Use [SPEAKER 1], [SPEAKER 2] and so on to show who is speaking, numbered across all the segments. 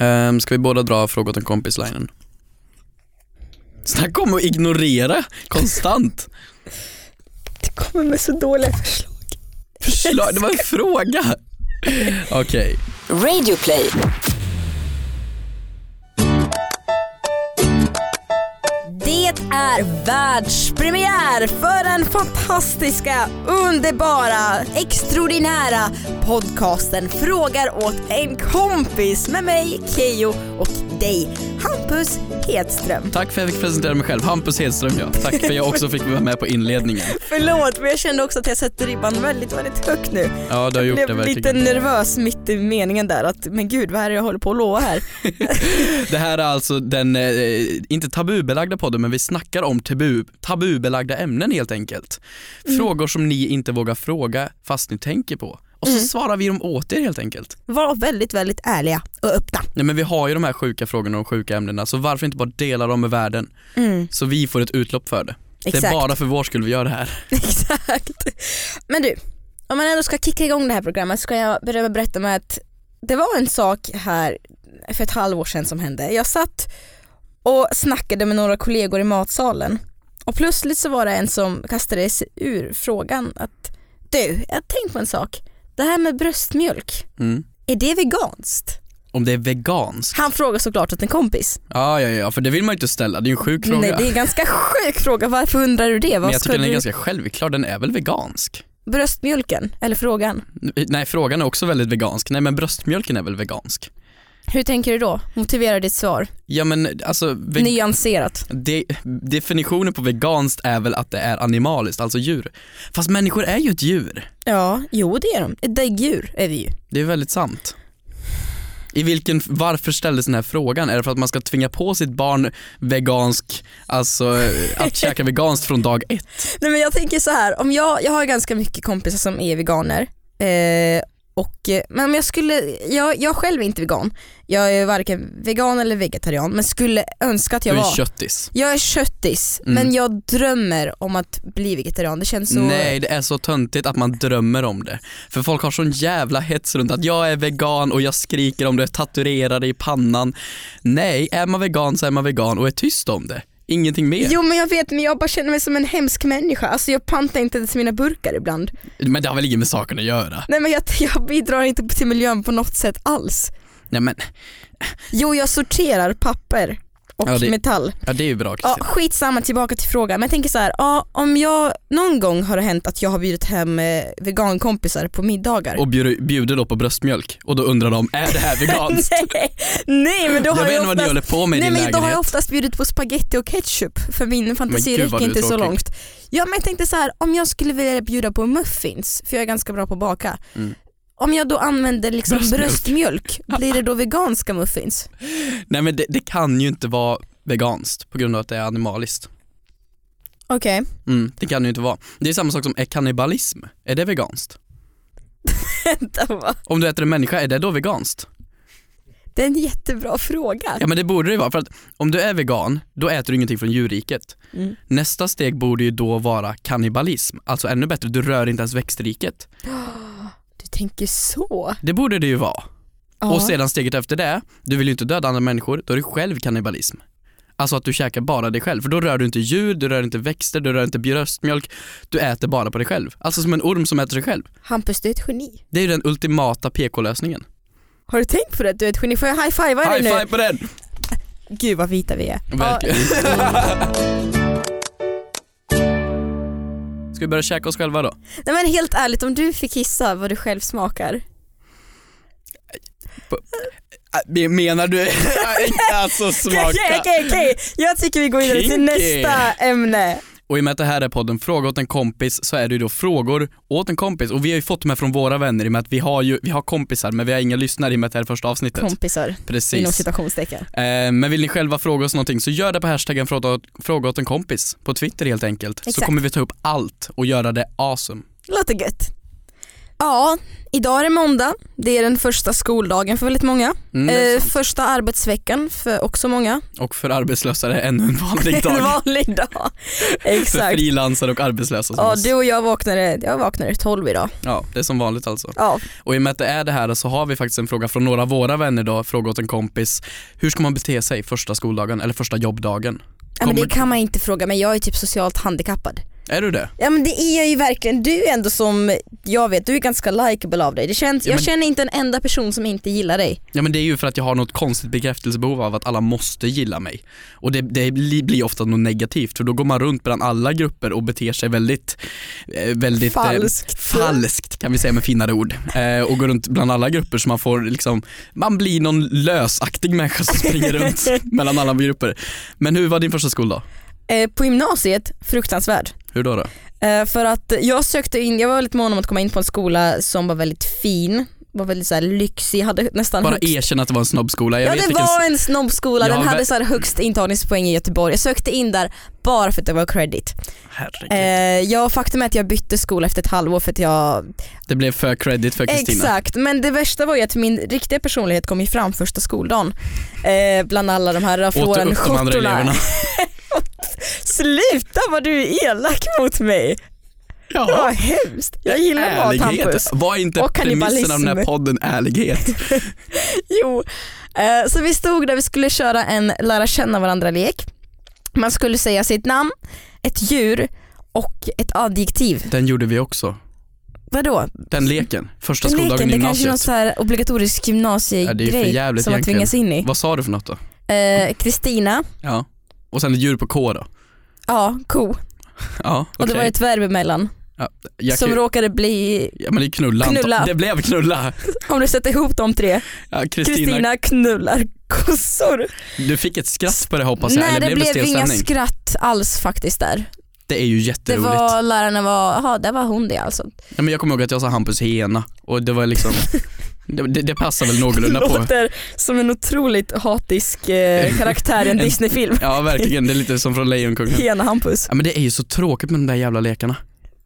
[SPEAKER 1] Ehm, ska vi båda dra fråga åt en kompis linen? Snacka om att ignorera konstant.
[SPEAKER 2] Du kommer med så dåliga förslag.
[SPEAKER 1] Förslag, det var en fråga. Okej.
[SPEAKER 3] Radio play.
[SPEAKER 2] Det är världspremiär för den fantastiska, underbara, extraordinära podcasten Frågar åt en kompis med mig, Keyyo och dig, Hampus Hedström.
[SPEAKER 1] Tack för att jag fick presentera mig själv. Hampus Hedström ja. Tack för att jag också fick vara med på inledningen.
[SPEAKER 2] Förlåt, men jag kände också att jag sätter ribban väldigt, väldigt högt nu.
[SPEAKER 1] Ja, du har
[SPEAKER 2] Jag
[SPEAKER 1] gjort det
[SPEAKER 2] blev lite
[SPEAKER 1] verkligen.
[SPEAKER 2] nervös mitt i meningen där att men gud vad är det jag håller på att lova här?
[SPEAKER 1] Det här är alltså den, eh, inte tabubelagda podden, men vi snackar om tabu, tabubelagda ämnen helt enkelt.
[SPEAKER 2] Mm.
[SPEAKER 1] Frågor som ni inte vågar fråga fast ni tänker på. Och så
[SPEAKER 2] Mm.
[SPEAKER 1] svarar vi dem åt er helt enkelt.
[SPEAKER 2] Var väldigt, väldigt ärliga och öppna.
[SPEAKER 1] Nej men vi har ju de här sjuka frågorna och sjuka ämnena, så varför inte bara dela dem med världen? Så vi får ett utlopp för det. Mm, Det är
[SPEAKER 2] Exakt.
[SPEAKER 1] bara för vår skull vi gör det här.
[SPEAKER 2] Exakt. Men du, om man ändå ska kicka igång det här programmet så kan jag börja berätta med att det var en sak här för ett halvår sedan som hände. Jag satt och snackade med några kollegor i matsalen och plötsligt så var det en som kastade sig ur frågan att du, jag har tänkt på en sak. Det här med bröstmjölk,
[SPEAKER 1] Mm.
[SPEAKER 2] är det veganskt?
[SPEAKER 1] Om det är veganskt?
[SPEAKER 2] Han frågar såklart åt en kompis.
[SPEAKER 1] Ja, ja, ja, för det vill man ju inte ställa, det är ju en sjuk fråga.
[SPEAKER 2] Nej, det är en ganska sjuk fråga, varför undrar du det?
[SPEAKER 1] Men
[SPEAKER 2] Vad
[SPEAKER 1] jag
[SPEAKER 2] ska
[SPEAKER 1] tycker
[SPEAKER 2] du...
[SPEAKER 1] den är ganska självklar, den är väl vegansk?
[SPEAKER 2] Bröstmjölken, eller frågan.
[SPEAKER 1] Nej, frågan är också väldigt vegansk. Nej men bröstmjölken är väl vegansk?
[SPEAKER 2] Hur tänker du då? Motivera ditt svar.
[SPEAKER 1] Ja men alltså, ve-
[SPEAKER 2] Nyanserat.
[SPEAKER 1] de- definitionen på veganskt är väl att det är animaliskt, alltså djur. Fast människor är ju ett djur,
[SPEAKER 2] Ja, jo det är de. Ett däggdjur är vi ju.
[SPEAKER 1] det är väldigt sant. I vilken, varför ställdes den här frågan? Är det för att man ska tvinga på sitt barn vegansk, alltså eh, att käka veganskt från dag ett?
[SPEAKER 2] Nej men jag tänker så här, om jag, jag har ganska mycket kompisar som är veganer. Eh, och, eh, men om jag skulle, jag, jag själv är inte vegan. Jag är varken vegan eller vegetarian men skulle önska att
[SPEAKER 1] Du
[SPEAKER 2] jag
[SPEAKER 1] är
[SPEAKER 2] var.
[SPEAKER 1] köttis.
[SPEAKER 2] jag är köttis
[SPEAKER 1] Mm.
[SPEAKER 2] men jag drömmer om att bli vegetarian. Det känns så...
[SPEAKER 1] Nej det är så töntigt att man drömmer om det. För folk har sån jävla hets runt att jag är vegan och jag skriker om det, tatuerar det i pannan. Nej, är man vegan så är man vegan och är tyst om det. Ingenting mer.
[SPEAKER 2] Jo men jag vet men jag bara känner mig som en hemsk människa. Alltså jag pantar inte ens mina burkar ibland.
[SPEAKER 1] Men det har väl inget med saken att göra?
[SPEAKER 2] Nej men jag, jag bidrar inte till miljön på något sätt alls.
[SPEAKER 1] Nej men,
[SPEAKER 2] Jo jag sorterar papper och
[SPEAKER 1] Ja, det-
[SPEAKER 2] metall.
[SPEAKER 1] ja det är ju bra
[SPEAKER 2] Ja,
[SPEAKER 1] Kristina.
[SPEAKER 2] skitsamma tillbaka till frågan men jag tänker så här, ja, om jag någon gång har det hänt att jag har bjudit hem eh, vegankompisar på middagar.
[SPEAKER 1] Och bjuder, bjuder då på bröstmjölk och då undrar de, är det här veganskt?
[SPEAKER 2] nej, nej men då
[SPEAKER 1] jag
[SPEAKER 2] har
[SPEAKER 1] vet
[SPEAKER 2] jag
[SPEAKER 1] inte vad ni
[SPEAKER 2] oftast
[SPEAKER 1] håller på med i
[SPEAKER 2] Nej
[SPEAKER 1] din
[SPEAKER 2] men då har jag
[SPEAKER 1] lägenhet.
[SPEAKER 2] oftast bjudit på spaghetti och ketchup för min fantasi
[SPEAKER 1] gud, vad
[SPEAKER 2] räcker
[SPEAKER 1] du är
[SPEAKER 2] inte så
[SPEAKER 1] tråkig.
[SPEAKER 2] långt. Ja men jag tänkte så här, om jag skulle vilja bjuda på muffins, för jag är ganska bra på att baka.
[SPEAKER 1] Mm.
[SPEAKER 2] Om jag då använder liksom
[SPEAKER 1] Bröstmjölk.
[SPEAKER 2] bröstmjölk. blir det då veganska muffins?
[SPEAKER 1] Nej men det, det kan ju inte vara veganskt på grund av att det är animaliskt.
[SPEAKER 2] Okej.
[SPEAKER 1] Mm, det kan det ju inte vara. Det är samma sak som, är kannibalism, är det veganskt? Om du äter en människa, är det då veganskt?
[SPEAKER 2] det är en jättebra fråga.
[SPEAKER 1] Ja men det borde det ju vara för att om du är vegan, då äter du ingenting från djurriket.
[SPEAKER 2] Mm.
[SPEAKER 1] Nästa steg borde ju då vara kannibalism, alltså ännu bättre, du rör inte ens växtriket.
[SPEAKER 2] Du tänker så.
[SPEAKER 1] Det borde det ju vara.
[SPEAKER 2] Ja.
[SPEAKER 1] Och sedan steget efter det, du vill ju inte döda andra människor, då är det själv kannibalism. Alltså att du käkar bara dig själv, för då rör du inte djur, du rör inte växter, du rör inte bröstmjölk, du äter bara på dig själv. Alltså som en orm som äter sig själv.
[SPEAKER 2] Hampus, du är ett geni.
[SPEAKER 1] Det är ju den ultimata PK-lösningen.
[SPEAKER 2] Har du tänkt på det? Du är ett geni. Får jag high-fiva dig
[SPEAKER 1] High
[SPEAKER 2] nu?
[SPEAKER 1] five på den!
[SPEAKER 2] Gud vad vita vi är.
[SPEAKER 1] Verkligen. Ska vi börja käka oss själva då?
[SPEAKER 2] Ja. Nej men helt ärligt, om du fick gissa vad du själv smakar.
[SPEAKER 1] Äh, Menar du alltså
[SPEAKER 2] Okej, okej, okej. Jag tycker vi går vidare till
[SPEAKER 1] Kinky.
[SPEAKER 2] nästa ämne.
[SPEAKER 1] Och i och med att det här är podden Fråga åt en kompis så är det ju då frågor åt en kompis och vi har ju fått de här från våra vänner i och med att vi har ju, vi har kompisar men vi har inga lyssnare i och med att det här är första avsnittet.
[SPEAKER 2] Kompisar, inom
[SPEAKER 1] Precis.
[SPEAKER 2] citationstecken.
[SPEAKER 1] Eh, men vill ni själva fråga oss någonting så gör det på hashtaggen fråga åt, fråga åt en kompis på Twitter helt enkelt. Så
[SPEAKER 2] Exakt.
[SPEAKER 1] kommer vi ta upp allt och göra det awesome.
[SPEAKER 2] Låter gött. Ja, idag är det måndag. Det är den första skoldagen för väldigt många.
[SPEAKER 1] Mm, det är
[SPEAKER 2] Eh, första arbetsveckan för också många.
[SPEAKER 1] Och för arbetslösa är det ännu en vanlig
[SPEAKER 2] En
[SPEAKER 1] dag.
[SPEAKER 2] vanlig dag.
[SPEAKER 1] För
[SPEAKER 2] Exakt.
[SPEAKER 1] frilansare och arbetslösa som
[SPEAKER 2] Ja,
[SPEAKER 1] oss.
[SPEAKER 2] du och jag vaknade, jag vaknade tolv idag.
[SPEAKER 1] Ja, det är som vanligt alltså.
[SPEAKER 2] Ja,
[SPEAKER 1] Och i och med att det är det här så har vi faktiskt en fråga från några av våra vänner då, fråga åt en kompis. Hur ska man bete sig första skoldagen eller första jobbdagen?
[SPEAKER 2] ja men det
[SPEAKER 1] Kommer-
[SPEAKER 2] kan man inte fråga men jag är typ socialt handikappad.
[SPEAKER 1] Är du det?
[SPEAKER 2] Ja men det är jag ju verkligen, du är ändå som, jag vet, du är ganska likeable av dig. Det känns,
[SPEAKER 1] Ja,
[SPEAKER 2] jag
[SPEAKER 1] men-
[SPEAKER 2] känner inte en enda person som inte gillar dig.
[SPEAKER 1] Ja men det är ju för att jag har något konstigt bekräftelsebehov av att alla måste gilla mig. Och det, det bli- blir ofta något negativt för då går man runt bland alla grupper och beter sig väldigt, eh, väldigt eh,
[SPEAKER 2] Falskt.
[SPEAKER 1] falskt kan vi säga med finare ord. Eh, och går runt bland alla grupper så man får liksom, man blir någon lösaktig människa som springer runt mellan alla grupper. Men hur var din första skoldag?
[SPEAKER 2] Eh, på gymnasiet, fruktansvärd.
[SPEAKER 1] Hur då? då?
[SPEAKER 2] Eh, för att jag sökte in, jag var väldigt mån om att komma in på en skola som var väldigt fin, var väldigt så här lyxig, hade nästan
[SPEAKER 1] Bara
[SPEAKER 2] högst-
[SPEAKER 1] erkänna att det var en snobbskola. Jag
[SPEAKER 2] Ja
[SPEAKER 1] vet
[SPEAKER 2] det
[SPEAKER 1] vilken-
[SPEAKER 2] var en snobbskola,
[SPEAKER 1] Ja,
[SPEAKER 2] den hade
[SPEAKER 1] men-
[SPEAKER 2] så här högst intagningspoäng i Göteborg. Jag sökte in där bara för att det var credit. Eh,
[SPEAKER 1] Herregud.
[SPEAKER 2] jag faktum är att jag bytte skola efter ett halvår för att jag...
[SPEAKER 1] Det blev för credit för Kristina.
[SPEAKER 2] Exakt, men det värsta var ju att min riktiga personlighet kom ju fram första skoldagen. Eh, bland alla de här
[SPEAKER 1] Åt upp de andra eleverna.
[SPEAKER 2] Floren-skjortorna. Sluta vad du är elak mot mig! Det var hemskt. Jag gillar mat Hampus.
[SPEAKER 1] Ärlighet. Var inte
[SPEAKER 2] Och
[SPEAKER 1] premissen av den här
[SPEAKER 2] kannibalism.
[SPEAKER 1] podden ärlighet?
[SPEAKER 2] Jo, eh, så vi stod där vi skulle köra en lära känna varandra-lek. Man skulle säga sitt namn, ett djur och ett adjektiv.
[SPEAKER 1] Den gjorde vi också.
[SPEAKER 2] Vadå?
[SPEAKER 1] Den leken. Första
[SPEAKER 2] Den
[SPEAKER 1] skoldagen
[SPEAKER 2] leken,
[SPEAKER 1] i
[SPEAKER 2] det kanske är någon
[SPEAKER 1] gymnasiet.
[SPEAKER 2] så här obligatorisk
[SPEAKER 1] Ja, det är ju för
[SPEAKER 2] gymnasiegrej
[SPEAKER 1] jävligt
[SPEAKER 2] som man
[SPEAKER 1] egentligen.
[SPEAKER 2] tvingas in i.
[SPEAKER 1] Vad sa du för något då?
[SPEAKER 2] Eh, Kristina,
[SPEAKER 1] Ja. Och sen ett djur på K då?
[SPEAKER 2] ja, ko.
[SPEAKER 1] Ja,
[SPEAKER 2] Och
[SPEAKER 1] okej.
[SPEAKER 2] det var ett verb emellan
[SPEAKER 1] Jag
[SPEAKER 2] som
[SPEAKER 1] kan-
[SPEAKER 2] råkade bli,
[SPEAKER 1] Ja men det är knulla. antar-
[SPEAKER 2] Knulla.
[SPEAKER 1] Det blev knulla.
[SPEAKER 2] om du sätter ihop de tre,
[SPEAKER 1] Ja, Kristina,
[SPEAKER 2] Kristina knullar kossor.
[SPEAKER 1] du fick ett skratt på det hoppas jag.
[SPEAKER 2] Nej
[SPEAKER 1] Eller
[SPEAKER 2] det
[SPEAKER 1] blev det
[SPEAKER 2] blev
[SPEAKER 1] stel
[SPEAKER 2] inga
[SPEAKER 1] stämning?
[SPEAKER 2] skratt alls faktiskt där.
[SPEAKER 1] Det är ju
[SPEAKER 2] Det
[SPEAKER 1] jätteroligt.
[SPEAKER 2] var, lärarna var, jaha där var hon det alltså.
[SPEAKER 1] Ja, men jag kommer ihåg att jag sa Hampus Hena och det var liksom, det, det, det passar väl någorlunda på.
[SPEAKER 2] låter som en otroligt hatisk eh, karaktär i en Disneyfilm.
[SPEAKER 1] Ja verkligen, det är lite som från Lejonkungen.
[SPEAKER 2] Hena-Hampus.
[SPEAKER 1] Ja, men det är ju så tråkigt med de där jävla lekarna.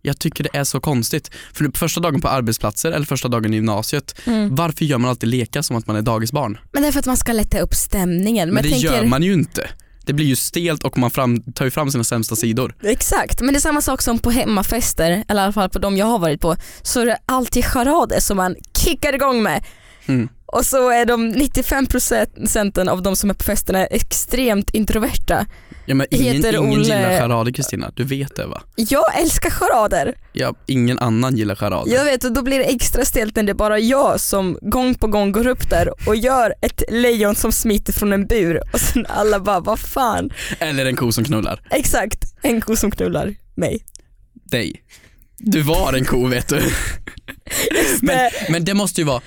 [SPEAKER 1] Jag tycker det är så konstigt. För nu- första dagen på arbetsplatser eller första dagen i gymnasiet,
[SPEAKER 2] Mm.
[SPEAKER 1] varför gör man alltid lekar som att man är dagisbarn?
[SPEAKER 2] Men det är för att man ska lätta upp stämningen.
[SPEAKER 1] Men,
[SPEAKER 2] Men
[SPEAKER 1] det
[SPEAKER 2] jag tänker,
[SPEAKER 1] gör man ju inte. Det blir ju stelt och man fram, tar ju fram sina sämsta sidor.
[SPEAKER 2] Exakt, men det är samma sak som på hemmafester, eller i alla fall på de jag har varit på, så är det alltid charader som man kickar igång med.
[SPEAKER 1] Mm.
[SPEAKER 2] Och så är de 95% av de som är på festerna extremt introverta.
[SPEAKER 1] Ja, men ingen,
[SPEAKER 2] Heter
[SPEAKER 1] ingen
[SPEAKER 2] Olle-
[SPEAKER 1] gillar charader Kristina, du vet det va?
[SPEAKER 2] Jag älskar charader.
[SPEAKER 1] Ja, ingen annan gillar charader.
[SPEAKER 2] Jag vet och då blir det extra stelt när det är bara jag som gång på gång går upp där och gör ett lejon som smiter från en bur och sen alla bara vad fan.
[SPEAKER 1] Eller en ko som knullar.
[SPEAKER 2] Exakt, en ko som knullar mig.
[SPEAKER 1] Dig. Du var en ko vet du. Men, men det måste ju vara,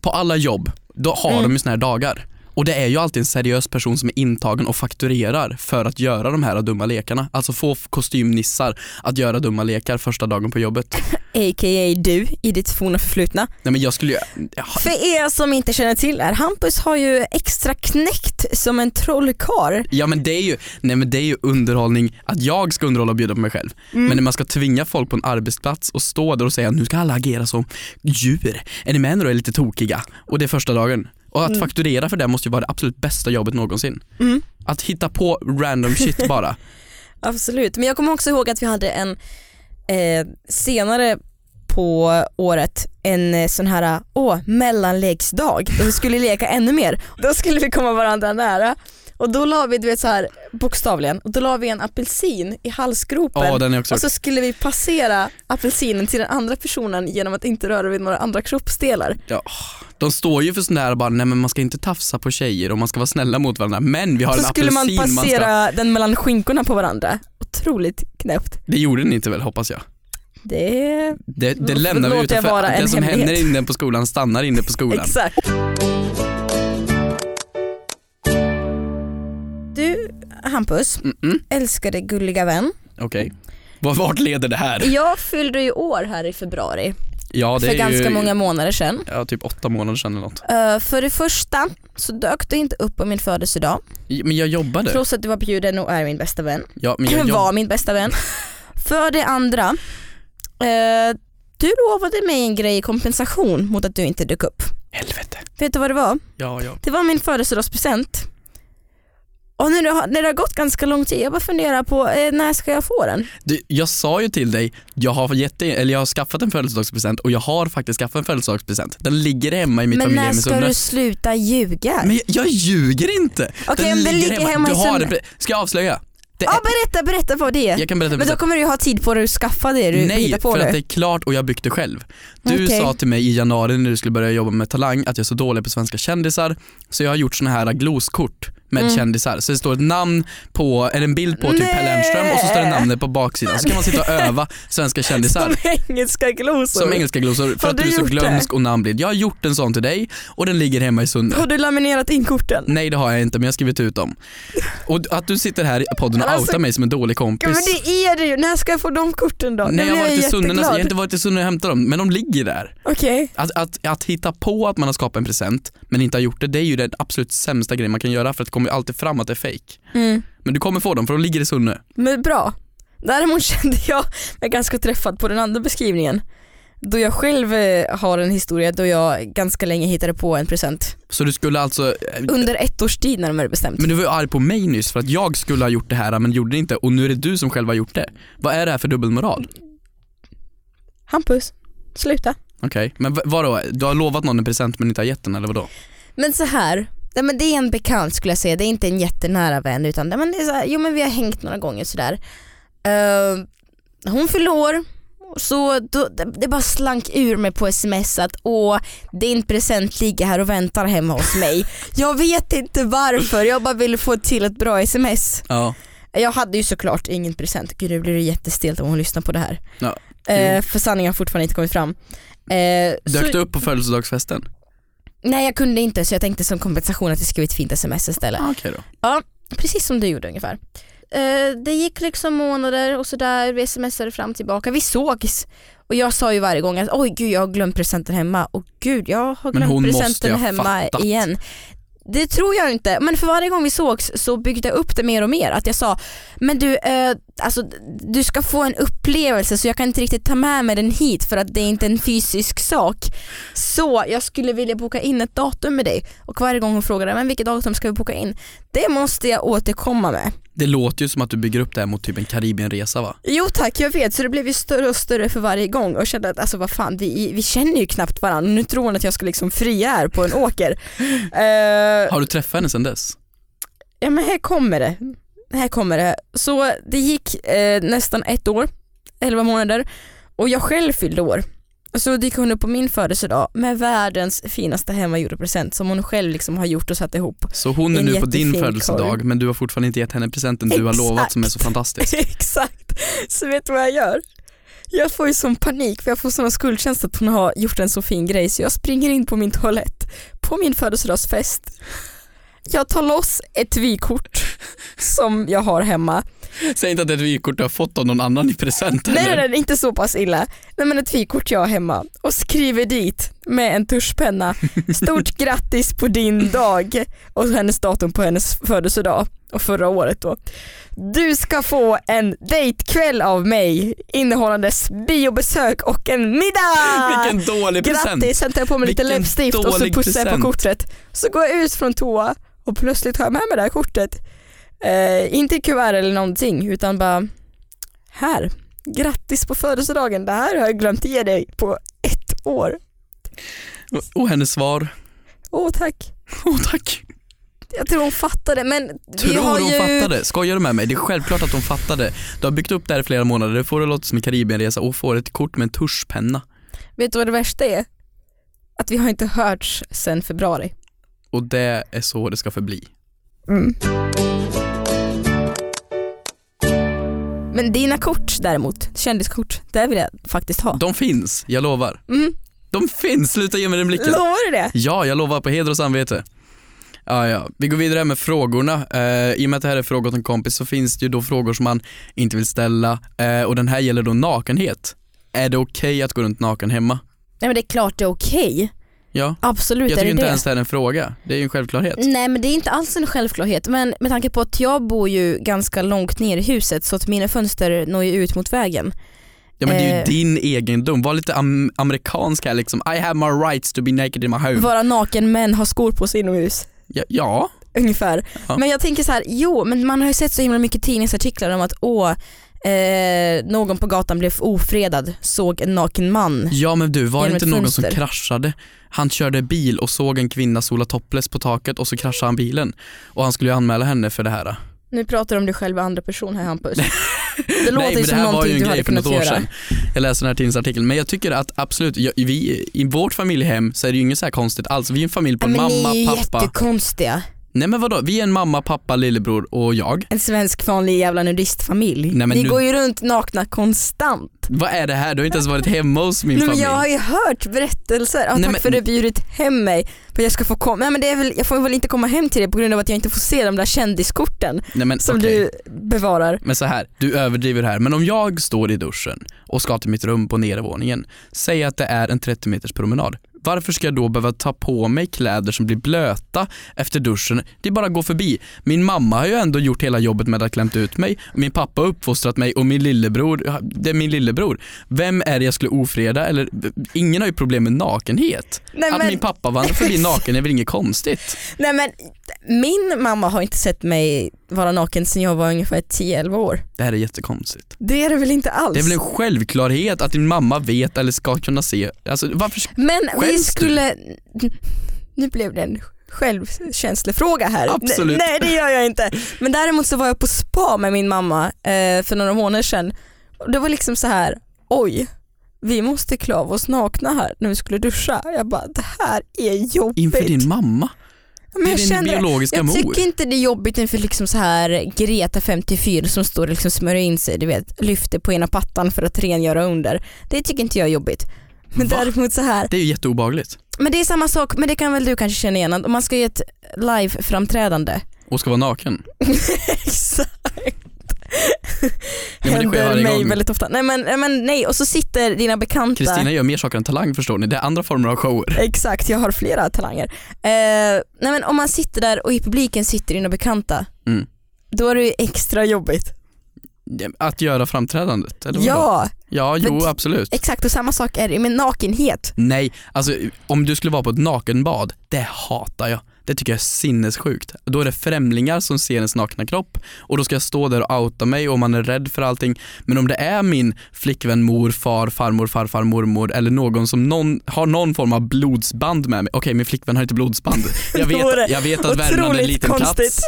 [SPEAKER 1] på alla jobb, då har de ju såna här dagar. Och det är ju alltid en seriös person som är intagen och fakturerar för att göra de här dumma lekarna. Alltså få f- kostymnissar att göra dumma lekar första dagen på jobbet.
[SPEAKER 2] A.k.a. du i ditt forna förflutna.
[SPEAKER 1] Nej men jag skulle ju... jag har-
[SPEAKER 2] För er som inte känner till det här, Hampus har ju extra knäckt som en trollkar.
[SPEAKER 1] Ja men det är ju, nej men det är ju underhållning, att jag ska underhålla och bjuda på mig själv.
[SPEAKER 2] Mm.
[SPEAKER 1] Men när man ska tvinga folk på en arbetsplats och stå där och säga nu ska alla agera som djur. Är ni med nu då, är lite tokiga? Och det är första dagen. Och att fakturera för det måste ju vara det absolut bästa jobbet någonsin.
[SPEAKER 2] Mm.
[SPEAKER 1] Att hitta på random shit bara.
[SPEAKER 2] Absolut, men jag kommer också ihåg att vi hade en eh, senare på året en eh, sån här åh, mellanleksdag då vi skulle leka ännu mer. Då skulle vi komma varandra nära och då la vi du vet så här bokstavligen, och då la vi en apelsin i halsgropen
[SPEAKER 1] Ja den är också
[SPEAKER 2] och så skulle vi passera apelsinen till den andra personen genom att inte röra vid några andra kroppsdelar.
[SPEAKER 1] ja, De står ju för sån där bara, nej men man ska inte tafsa på tjejer och man ska vara snälla mot varandra. Men vi har
[SPEAKER 2] Så
[SPEAKER 1] en
[SPEAKER 2] skulle
[SPEAKER 1] apelsin
[SPEAKER 2] man
[SPEAKER 1] man ska-
[SPEAKER 2] passera den mellan skinkorna på varandra. Otroligt knäppt.
[SPEAKER 1] Det gjorde ni inte väl hoppas jag?
[SPEAKER 2] Det är
[SPEAKER 1] Det, det
[SPEAKER 2] Låt-
[SPEAKER 1] lämnar vi
[SPEAKER 2] låt det
[SPEAKER 1] utanför.
[SPEAKER 2] vara en
[SPEAKER 1] Det som
[SPEAKER 2] hemlighet.
[SPEAKER 1] händer inne på skolan stannar inne på skolan.
[SPEAKER 2] exakt. Du Hampus,
[SPEAKER 1] Mm-mm.
[SPEAKER 2] älskade gulliga vän.
[SPEAKER 1] Okej. Var- Vart leder det här?
[SPEAKER 2] Jag fyllde ju år här i februari,
[SPEAKER 1] Ja, det
[SPEAKER 2] för
[SPEAKER 1] är
[SPEAKER 2] ganska
[SPEAKER 1] ju,
[SPEAKER 2] många månader sedan.
[SPEAKER 1] Ja, typ åtta månader sedan eller något.
[SPEAKER 2] Eh, för det första så dök det inte upp på min födelsedag,
[SPEAKER 1] Men jag jobbade.
[SPEAKER 2] trots att du var bjuden och är min bästa vän.
[SPEAKER 1] Ja, men jag jobb...
[SPEAKER 2] var min bästa vän. För det andra, eh, Du lovade mig en grej i kompensation mot att du inte dök upp.
[SPEAKER 1] Helvete.
[SPEAKER 2] Vet du vad det var?
[SPEAKER 1] Ja, ja.
[SPEAKER 2] Det var min födelsedagspresent. Och när det, har, när det har gått ganska lång tid, jag bara funderar på eh, när ska jag få den?
[SPEAKER 1] Du, jag sa ju till dig, jag har, gett, dig- eller jag har skaffat en födelsedagspresent och jag har faktiskt skaffat en födelsedagspresent. Den ligger hemma i mitt
[SPEAKER 2] Men när
[SPEAKER 1] familjehem i
[SPEAKER 2] ska
[SPEAKER 1] Sundre.
[SPEAKER 2] du sluta ljuga?
[SPEAKER 1] Men jag, jag ljuger inte!
[SPEAKER 2] Okej, om den ligger hemma i
[SPEAKER 1] du har
[SPEAKER 2] Sundre.
[SPEAKER 1] den, pre- Ska jag avslöja? Det
[SPEAKER 2] Ja berätta, berätta vad det är.
[SPEAKER 1] jag kan berätta
[SPEAKER 2] Men då kommer du ju ha tid på dig att skaffa det du
[SPEAKER 1] Nej,
[SPEAKER 2] hittar på
[SPEAKER 1] för att det
[SPEAKER 2] nu.
[SPEAKER 1] är klart och jag har byggt det själv. Du
[SPEAKER 2] Okej.
[SPEAKER 1] sa till mig i januari när du skulle börja jobba med Talang att jag är så dålig på svenska kändisar så jag har gjort såna här gloskort med kändisar. Så det står ett namn på, eller en bild på typ
[SPEAKER 2] Mm. Nej.
[SPEAKER 1] Pelle Hernström och så står det namnet på baksidan. Så kan man sitta och öva svenska kändisar.
[SPEAKER 2] Som engelska glosor.
[SPEAKER 1] Som engelska glosor för
[SPEAKER 2] Har
[SPEAKER 1] att du
[SPEAKER 2] du
[SPEAKER 1] är så
[SPEAKER 2] gjort det?
[SPEAKER 1] glömsk och namnblind. Jag har gjort en sån till dig och den ligger hemma i Sunne.
[SPEAKER 2] Har du laminerat in korten?
[SPEAKER 1] Nej det har jag inte men jag har skrivit ut dem. Och att du sitter här i podden och
[SPEAKER 2] Alltså,
[SPEAKER 1] outar mig som en dålig kompis.
[SPEAKER 2] Men det är det ju, när ska jag få de korten då?
[SPEAKER 1] Nej
[SPEAKER 2] Nu
[SPEAKER 1] jag har
[SPEAKER 2] blir
[SPEAKER 1] varit i Sunne, alltså, jag
[SPEAKER 2] jätteglad.
[SPEAKER 1] har inte varit i Sunne och hämtat dem men de ligger där.
[SPEAKER 2] Okej,
[SPEAKER 1] Att, att, att hitta på att man har skapat en present men inte har gjort det, det är ju den absolut sämsta grejen man kan göra för att det kommer ju alltid fram att det är fake.
[SPEAKER 2] Mm.
[SPEAKER 1] Men du kommer få dem för de ligger i Sunne.
[SPEAKER 2] men bra. Däremot kände jag mig ganska träffad på den andra beskrivningen. Då jag själv eh, har en historia då jag ganska länge hittade på en present.
[SPEAKER 1] Så du skulle alltså,
[SPEAKER 2] Under ett års tid närmare bestämt.
[SPEAKER 1] men du var ju arg på mig nyss för att jag skulle ha gjort det här men gjorde det inte och nu är det du som själv har gjort det. Vad är det här för dubbelmoral?
[SPEAKER 2] Hampus, sluta.
[SPEAKER 1] Okej, men v- vadå? Du har lovat någon en present men inte har gett den eller vadå?
[SPEAKER 2] Men så här, nej men det är en bekant skulle jag säga, det är inte en jättenära vän utan nej men det är så här, jo men vi har hängt några gånger sådär. Uh, hon fyllde år, så då, det, det bara slank ur mig på sms att åh din present ligger här och väntar hemma hos mig. jag vet inte varför, jag bara ville få till ett bra sms.
[SPEAKER 1] Ja.
[SPEAKER 2] Jag hade ju såklart ingen present, gud nu blir det jättestelt om hon lyssnar på det här.
[SPEAKER 1] Ja.
[SPEAKER 2] Eh, för sanningen har fortfarande inte kommit fram. Eh, så-
[SPEAKER 1] Dök du upp på födelsedagsfesten?
[SPEAKER 2] Nej jag kunde inte så jag tänkte som kompensation att jag skrev ett fint sms istället.
[SPEAKER 1] Ah, Okej då.
[SPEAKER 2] Precis som du gjorde ungefär. Eh, det gick liksom månader och sådär, vi smsade fram och tillbaka, vi sågs. Och jag sa ju varje gång att oj gud jag har glömt presenten hemma och gud jag
[SPEAKER 1] Men
[SPEAKER 2] har glömt
[SPEAKER 1] hon måste ju
[SPEAKER 2] presenten
[SPEAKER 1] ha
[SPEAKER 2] hemma
[SPEAKER 1] fattat.
[SPEAKER 2] igen. Det tror jag inte, men för varje gång vi sågs så byggde jag upp det mer och mer. Att jag sa, men du, eh, alltså, du ska få en upplevelse så jag kan inte riktigt ta med mig den hit för att det är inte en fysisk sak. Så jag skulle vilja boka in ett datum med dig. Och varje gång hon frågade, men vilket datum ska vi boka in? Det måste jag återkomma med.
[SPEAKER 1] Det låter ju som att du bygger upp det här mot typ en Karibienresa va?
[SPEAKER 2] Jo tack, jag vet. Så det blev ju större och större för varje gång och kände att alltså vad fan, vi, vi känner ju knappt varandra. Nu tror hon att jag ska liksom fria här på en åker. Eh,
[SPEAKER 1] Har du träffat henne sen dess?
[SPEAKER 2] ja men här kommer det. Här kommer det. Så det gick eh, nästan ett år, elva månader och jag själv fyllde år. Så dyker hon upp på min födelsedag med världens finaste hemmagjorda present som hon själv liksom har gjort och satt ihop.
[SPEAKER 1] Så hon är
[SPEAKER 2] En
[SPEAKER 1] nu på din
[SPEAKER 2] jättefin
[SPEAKER 1] födelsedag
[SPEAKER 2] korv.
[SPEAKER 1] men du har fortfarande inte gett henne presenten du har
[SPEAKER 2] Exakt.
[SPEAKER 1] lovat som är så fantastisk.
[SPEAKER 2] Exakt, så vet du vad jag gör? Jag får ju sån panik för jag får sån skuldkänsla att hon har gjort en så fin grej så jag springer in på min toalett på min födelsedagsfest. Jag tar loss ett vykort som jag har hemma.
[SPEAKER 1] Säg inte att det är ett vykort du har fått av någon annan i present
[SPEAKER 2] Nej, nej,
[SPEAKER 1] eller?
[SPEAKER 2] nej, inte så pass illa. Nej, men ett vykort jag har hemma och skriver dit med en tuschpenna. Stort grattis på din dag och hennes datum på hennes födelsedag och förra året då. Du ska få en dejtkväll av mig innehållandes biobesök och en middag!
[SPEAKER 1] Vilken dålig present!
[SPEAKER 2] Grattis, sen tar jag på mig lite
[SPEAKER 1] Vilken
[SPEAKER 2] läppstift och så
[SPEAKER 1] dålig
[SPEAKER 2] pussar jag på
[SPEAKER 1] present.
[SPEAKER 2] kortet. Så går jag ut från toa och plötsligt har jag med mig det här kortet. Eh, inte i kuvert eller någonting utan bara här, grattis på födelsedagen, det här har jag glömt ge dig på ett år.
[SPEAKER 1] Och hennes svar,
[SPEAKER 2] Åh tack.
[SPEAKER 1] åh tack.
[SPEAKER 2] Jag tror hon fattade men vi
[SPEAKER 1] Tror
[SPEAKER 2] har
[SPEAKER 1] hon
[SPEAKER 2] ju...
[SPEAKER 1] fattade? Skojar du med mig? Det är självklart att hon fattade. Du har byggt upp det här i flera månader, du får det att låta som en Karibienresa och får ett kort med en tuschpenna.
[SPEAKER 2] Vet du vad det värsta är? Att vi har inte hörts sen februari.
[SPEAKER 1] Och det är så det ska förbli.
[SPEAKER 2] Mm. Men dina kort däremot, kändiskort, där vill jag faktiskt ha.
[SPEAKER 1] De finns, jag lovar.
[SPEAKER 2] Mm.
[SPEAKER 1] De finns, sluta ge mig den blicken.
[SPEAKER 2] Lovar du det?
[SPEAKER 1] Ja, jag lovar på heder och samvete. Ja, ja. Vi går vidare med frågorna. Eh, I och med att det här är frågor åt en kompis så finns det ju då frågor som man inte vill ställa eh, och den här gäller då nakenhet. Är det okej att gå runt naken hemma?
[SPEAKER 2] Nej men det är klart det är okej.
[SPEAKER 1] Ja.
[SPEAKER 2] Absolut
[SPEAKER 1] Jag
[SPEAKER 2] är
[SPEAKER 1] tycker
[SPEAKER 2] det
[SPEAKER 1] inte
[SPEAKER 2] det.
[SPEAKER 1] ens det här är en fråga. Det är ju en självklarhet.
[SPEAKER 2] Nej men det är inte alls en självklarhet men med tanke på att jag bor ju ganska långt ner i huset så att mina fönster når ju ut mot vägen.
[SPEAKER 1] Ja men det är ju
[SPEAKER 2] Eh.
[SPEAKER 1] din egendom, var lite am- amerikansk här liksom. I have my rights to be naked in my home.
[SPEAKER 2] Vara naken men ha skor på sig inomhus.
[SPEAKER 1] Ja, ja.
[SPEAKER 2] Ungefär.
[SPEAKER 1] Ja.
[SPEAKER 2] Men jag tänker så här, jo men man har ju sett så himla mycket tidningsartiklar om att åh, eh, någon på gatan blev ofredad, såg en naken man.
[SPEAKER 1] ja men du, var det
[SPEAKER 2] Genom
[SPEAKER 1] inte
[SPEAKER 2] ett
[SPEAKER 1] någon som
[SPEAKER 2] fönster.
[SPEAKER 1] kraschade? Han körde bil och såg en kvinna sola topless på taket och så kraschade han bilen. Och han skulle ju anmäla henne för det här.
[SPEAKER 2] Nu pratar du om dig själv och andra person här Hampus. Det
[SPEAKER 1] Nej
[SPEAKER 2] låter
[SPEAKER 1] men
[SPEAKER 2] ju
[SPEAKER 1] det
[SPEAKER 2] som
[SPEAKER 1] här var ju
[SPEAKER 2] någonting
[SPEAKER 1] en
[SPEAKER 2] du
[SPEAKER 1] grej
[SPEAKER 2] hade
[SPEAKER 1] för något
[SPEAKER 2] kunnat
[SPEAKER 1] år
[SPEAKER 2] göra.
[SPEAKER 1] sedan. Jag läste den här tidningsartikeln. Men jag tycker att absolut, jag, vi, i vårt familjehem så är det ju inget så här konstigt alls. Vi är en familj på
[SPEAKER 2] Ja, men ni är
[SPEAKER 1] mamma,
[SPEAKER 2] ju
[SPEAKER 1] pappa.
[SPEAKER 2] jättekonstiga.
[SPEAKER 1] Nej men vadå, vi är en mamma, pappa, lillebror och jag.
[SPEAKER 2] En svensk vanlig jävla nudistfamilj.
[SPEAKER 1] Nej, men
[SPEAKER 2] Ni
[SPEAKER 1] nu-
[SPEAKER 2] går ju runt nakna konstant.
[SPEAKER 1] Vad är det här? Du har inte ens varit hemma hos min
[SPEAKER 2] Nej, men
[SPEAKER 1] familj.
[SPEAKER 2] jag har ju hört berättelser. Ja,
[SPEAKER 1] Nej,
[SPEAKER 2] tack
[SPEAKER 1] men-
[SPEAKER 2] för att du bjudit hem mig. För att jag ska få komma. Nej, men det är väl, jag får väl inte komma hem till dig på grund av att jag inte får se de där kändiskorten
[SPEAKER 1] Nej, men,
[SPEAKER 2] som
[SPEAKER 1] okej.
[SPEAKER 2] du bevarar.
[SPEAKER 1] Men så här, du överdriver här. Men om jag står i duschen och ska till mitt rum på nedervåningen, säg att det är en 30 meters promenad. Varför ska jag då behöva ta på mig kläder som blir blöta efter duschen? Det är bara att gå förbi. Min mamma har ju ändå gjort hela jobbet med att klämt ut mig, min pappa har uppfostrat mig och min lillebror, det är min lillebror. Vem är det jag skulle ofreda? Eller, ingen har ju problem med nakenhet.
[SPEAKER 2] Nej,
[SPEAKER 1] att
[SPEAKER 2] men-
[SPEAKER 1] min pappa vandrar förbi naken är väl inget konstigt?
[SPEAKER 2] Nej, men, min mamma har inte sett mig vara naken sedan jag var ungefär 10-11 år.
[SPEAKER 1] Det här är jättekonstigt.
[SPEAKER 2] Det är det väl inte alls?
[SPEAKER 1] Det är väl en självklarhet att din mamma vet eller ska kunna se. Alltså, varför sk-
[SPEAKER 2] Men vi
[SPEAKER 1] Skäms du?
[SPEAKER 2] skulle... Nu blev det en självkänslefråga här.
[SPEAKER 1] Absolut.
[SPEAKER 2] Nej det gör jag inte. Men däremot så var jag på spa med min mamma eh, för några månader sedan. Och Det var liksom så här, oj, vi måste klä av oss nakna här när vi skulle duscha. Jag bara, det här är jobbigt.
[SPEAKER 1] inför din mamma?
[SPEAKER 2] Men
[SPEAKER 1] det är
[SPEAKER 2] jag
[SPEAKER 1] din
[SPEAKER 2] kände det.
[SPEAKER 1] biologiska
[SPEAKER 2] jag
[SPEAKER 1] mor.
[SPEAKER 2] tycker inte det är jobbigt inför liksom så här Greta 54 som står och liksom smörjer in sig, du vet, lyfter på ena pattan för att rengöra under. Det tycker inte jag är jobbigt. Men
[SPEAKER 1] Va?
[SPEAKER 2] däremot så här
[SPEAKER 1] Det är ju jätteobehagligt.
[SPEAKER 2] men det är samma sak, men det kan väl du kanske känna igen att om man ska ge ett live-framträdande.
[SPEAKER 1] Och ska vara naken.
[SPEAKER 2] Exakt.
[SPEAKER 1] Ja, men det sker
[SPEAKER 2] Händer
[SPEAKER 1] varje
[SPEAKER 2] mig
[SPEAKER 1] gång.
[SPEAKER 2] väldigt ofta. Nej men, nej, men nej, och så sitter dina bekanta.
[SPEAKER 1] Kristina gör mer saker än talang förstår ni. Det är andra former av shower.
[SPEAKER 2] Exakt, jag har flera talanger. Eh, nej men om man sitter där och i publiken sitter dina bekanta.
[SPEAKER 1] Mm.
[SPEAKER 2] Då är det ju extra jobbigt. Att
[SPEAKER 1] Att göra framträdandet? Eller vadå?
[SPEAKER 2] Ja,
[SPEAKER 1] ja, jo
[SPEAKER 2] Men-
[SPEAKER 1] absolut.
[SPEAKER 2] exakt och samma sak är det med nakenhet.
[SPEAKER 1] Nej, alltså om du skulle vara på ett nakenbad, det hatar jag. Det tycker jag är sinnessjukt. Då är det främlingar som ser ens nakna kropp och då ska jag stå där och outa mig och man är rädd för allting. Men om det är min flickvän, mor, far, farmor, farfar, mormor eller någon som någon, har någon form av blodsband med mig. Okej, min flickvän har inte blodsband. Jag
[SPEAKER 2] Det vore
[SPEAKER 1] vet, jag vet att Värmland är en
[SPEAKER 2] otroligt
[SPEAKER 1] liten
[SPEAKER 2] konstigt.
[SPEAKER 1] plats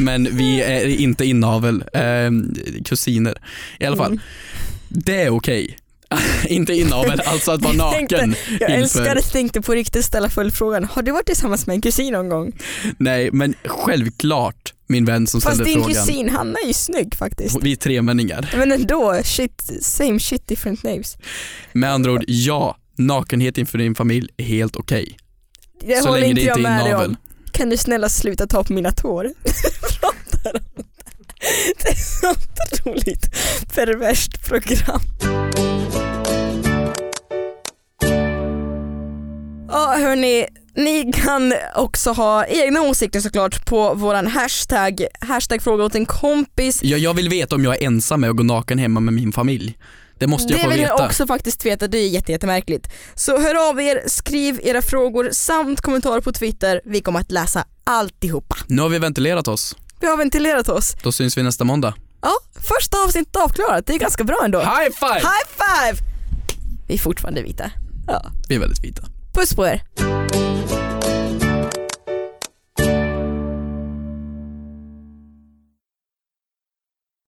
[SPEAKER 1] men vi är inte inavel, eh, kusiner. I alla fall,
[SPEAKER 2] Mm.
[SPEAKER 1] det är okej. inte inavel, alltså att vara
[SPEAKER 2] Jag tänkte-
[SPEAKER 1] naken.
[SPEAKER 2] Jag
[SPEAKER 1] inför-
[SPEAKER 2] älskar att jag tänkte på riktigt ställa följdfrågan. Har du varit tillsammans med en kusin någon gång?
[SPEAKER 1] Nej, men självklart min vän som
[SPEAKER 2] Fast
[SPEAKER 1] ställde
[SPEAKER 2] din
[SPEAKER 1] frågan.
[SPEAKER 2] kusin Hanna är ju snygg faktiskt.
[SPEAKER 1] Vi är tremänningar.
[SPEAKER 2] Men ändå, shit, same shit different names.
[SPEAKER 1] Med andra ord, ja, nakenhet inför din familj är helt okej.
[SPEAKER 2] Det
[SPEAKER 1] Så
[SPEAKER 2] håller
[SPEAKER 1] länge
[SPEAKER 2] inte
[SPEAKER 1] det
[SPEAKER 2] jag
[SPEAKER 1] inte är
[SPEAKER 2] med dig
[SPEAKER 1] inavel.
[SPEAKER 2] om. Kan du snälla sluta ta på mina tår? Pratar om det. Det är så otroligt perverst program. Ja hörni, ni kan också ha egna åsikter såklart på våran hashtag, hashtag fråga åt en kompis
[SPEAKER 1] Ja, jag vill veta om jag är ensam med att gå naken hemma med min familj. Det måste jag
[SPEAKER 2] det
[SPEAKER 1] få
[SPEAKER 2] vill
[SPEAKER 1] veta.
[SPEAKER 2] jag också faktiskt veta, det är jätte- jättemärkligt. Så hör av er, skriv era frågor samt kommentarer på Twitter. Vi kommer att läsa alltihopa.
[SPEAKER 1] Nu har vi ventilerat oss.
[SPEAKER 2] Vi har ventilerat oss.
[SPEAKER 1] Då syns vi nästa måndag.
[SPEAKER 2] Ja, första avsnittet avklarat, det är ganska bra ändå.
[SPEAKER 1] High five!
[SPEAKER 2] High five! Vi är fortfarande vita. Ja.
[SPEAKER 1] Vi är väldigt vita.
[SPEAKER 2] Puss på er!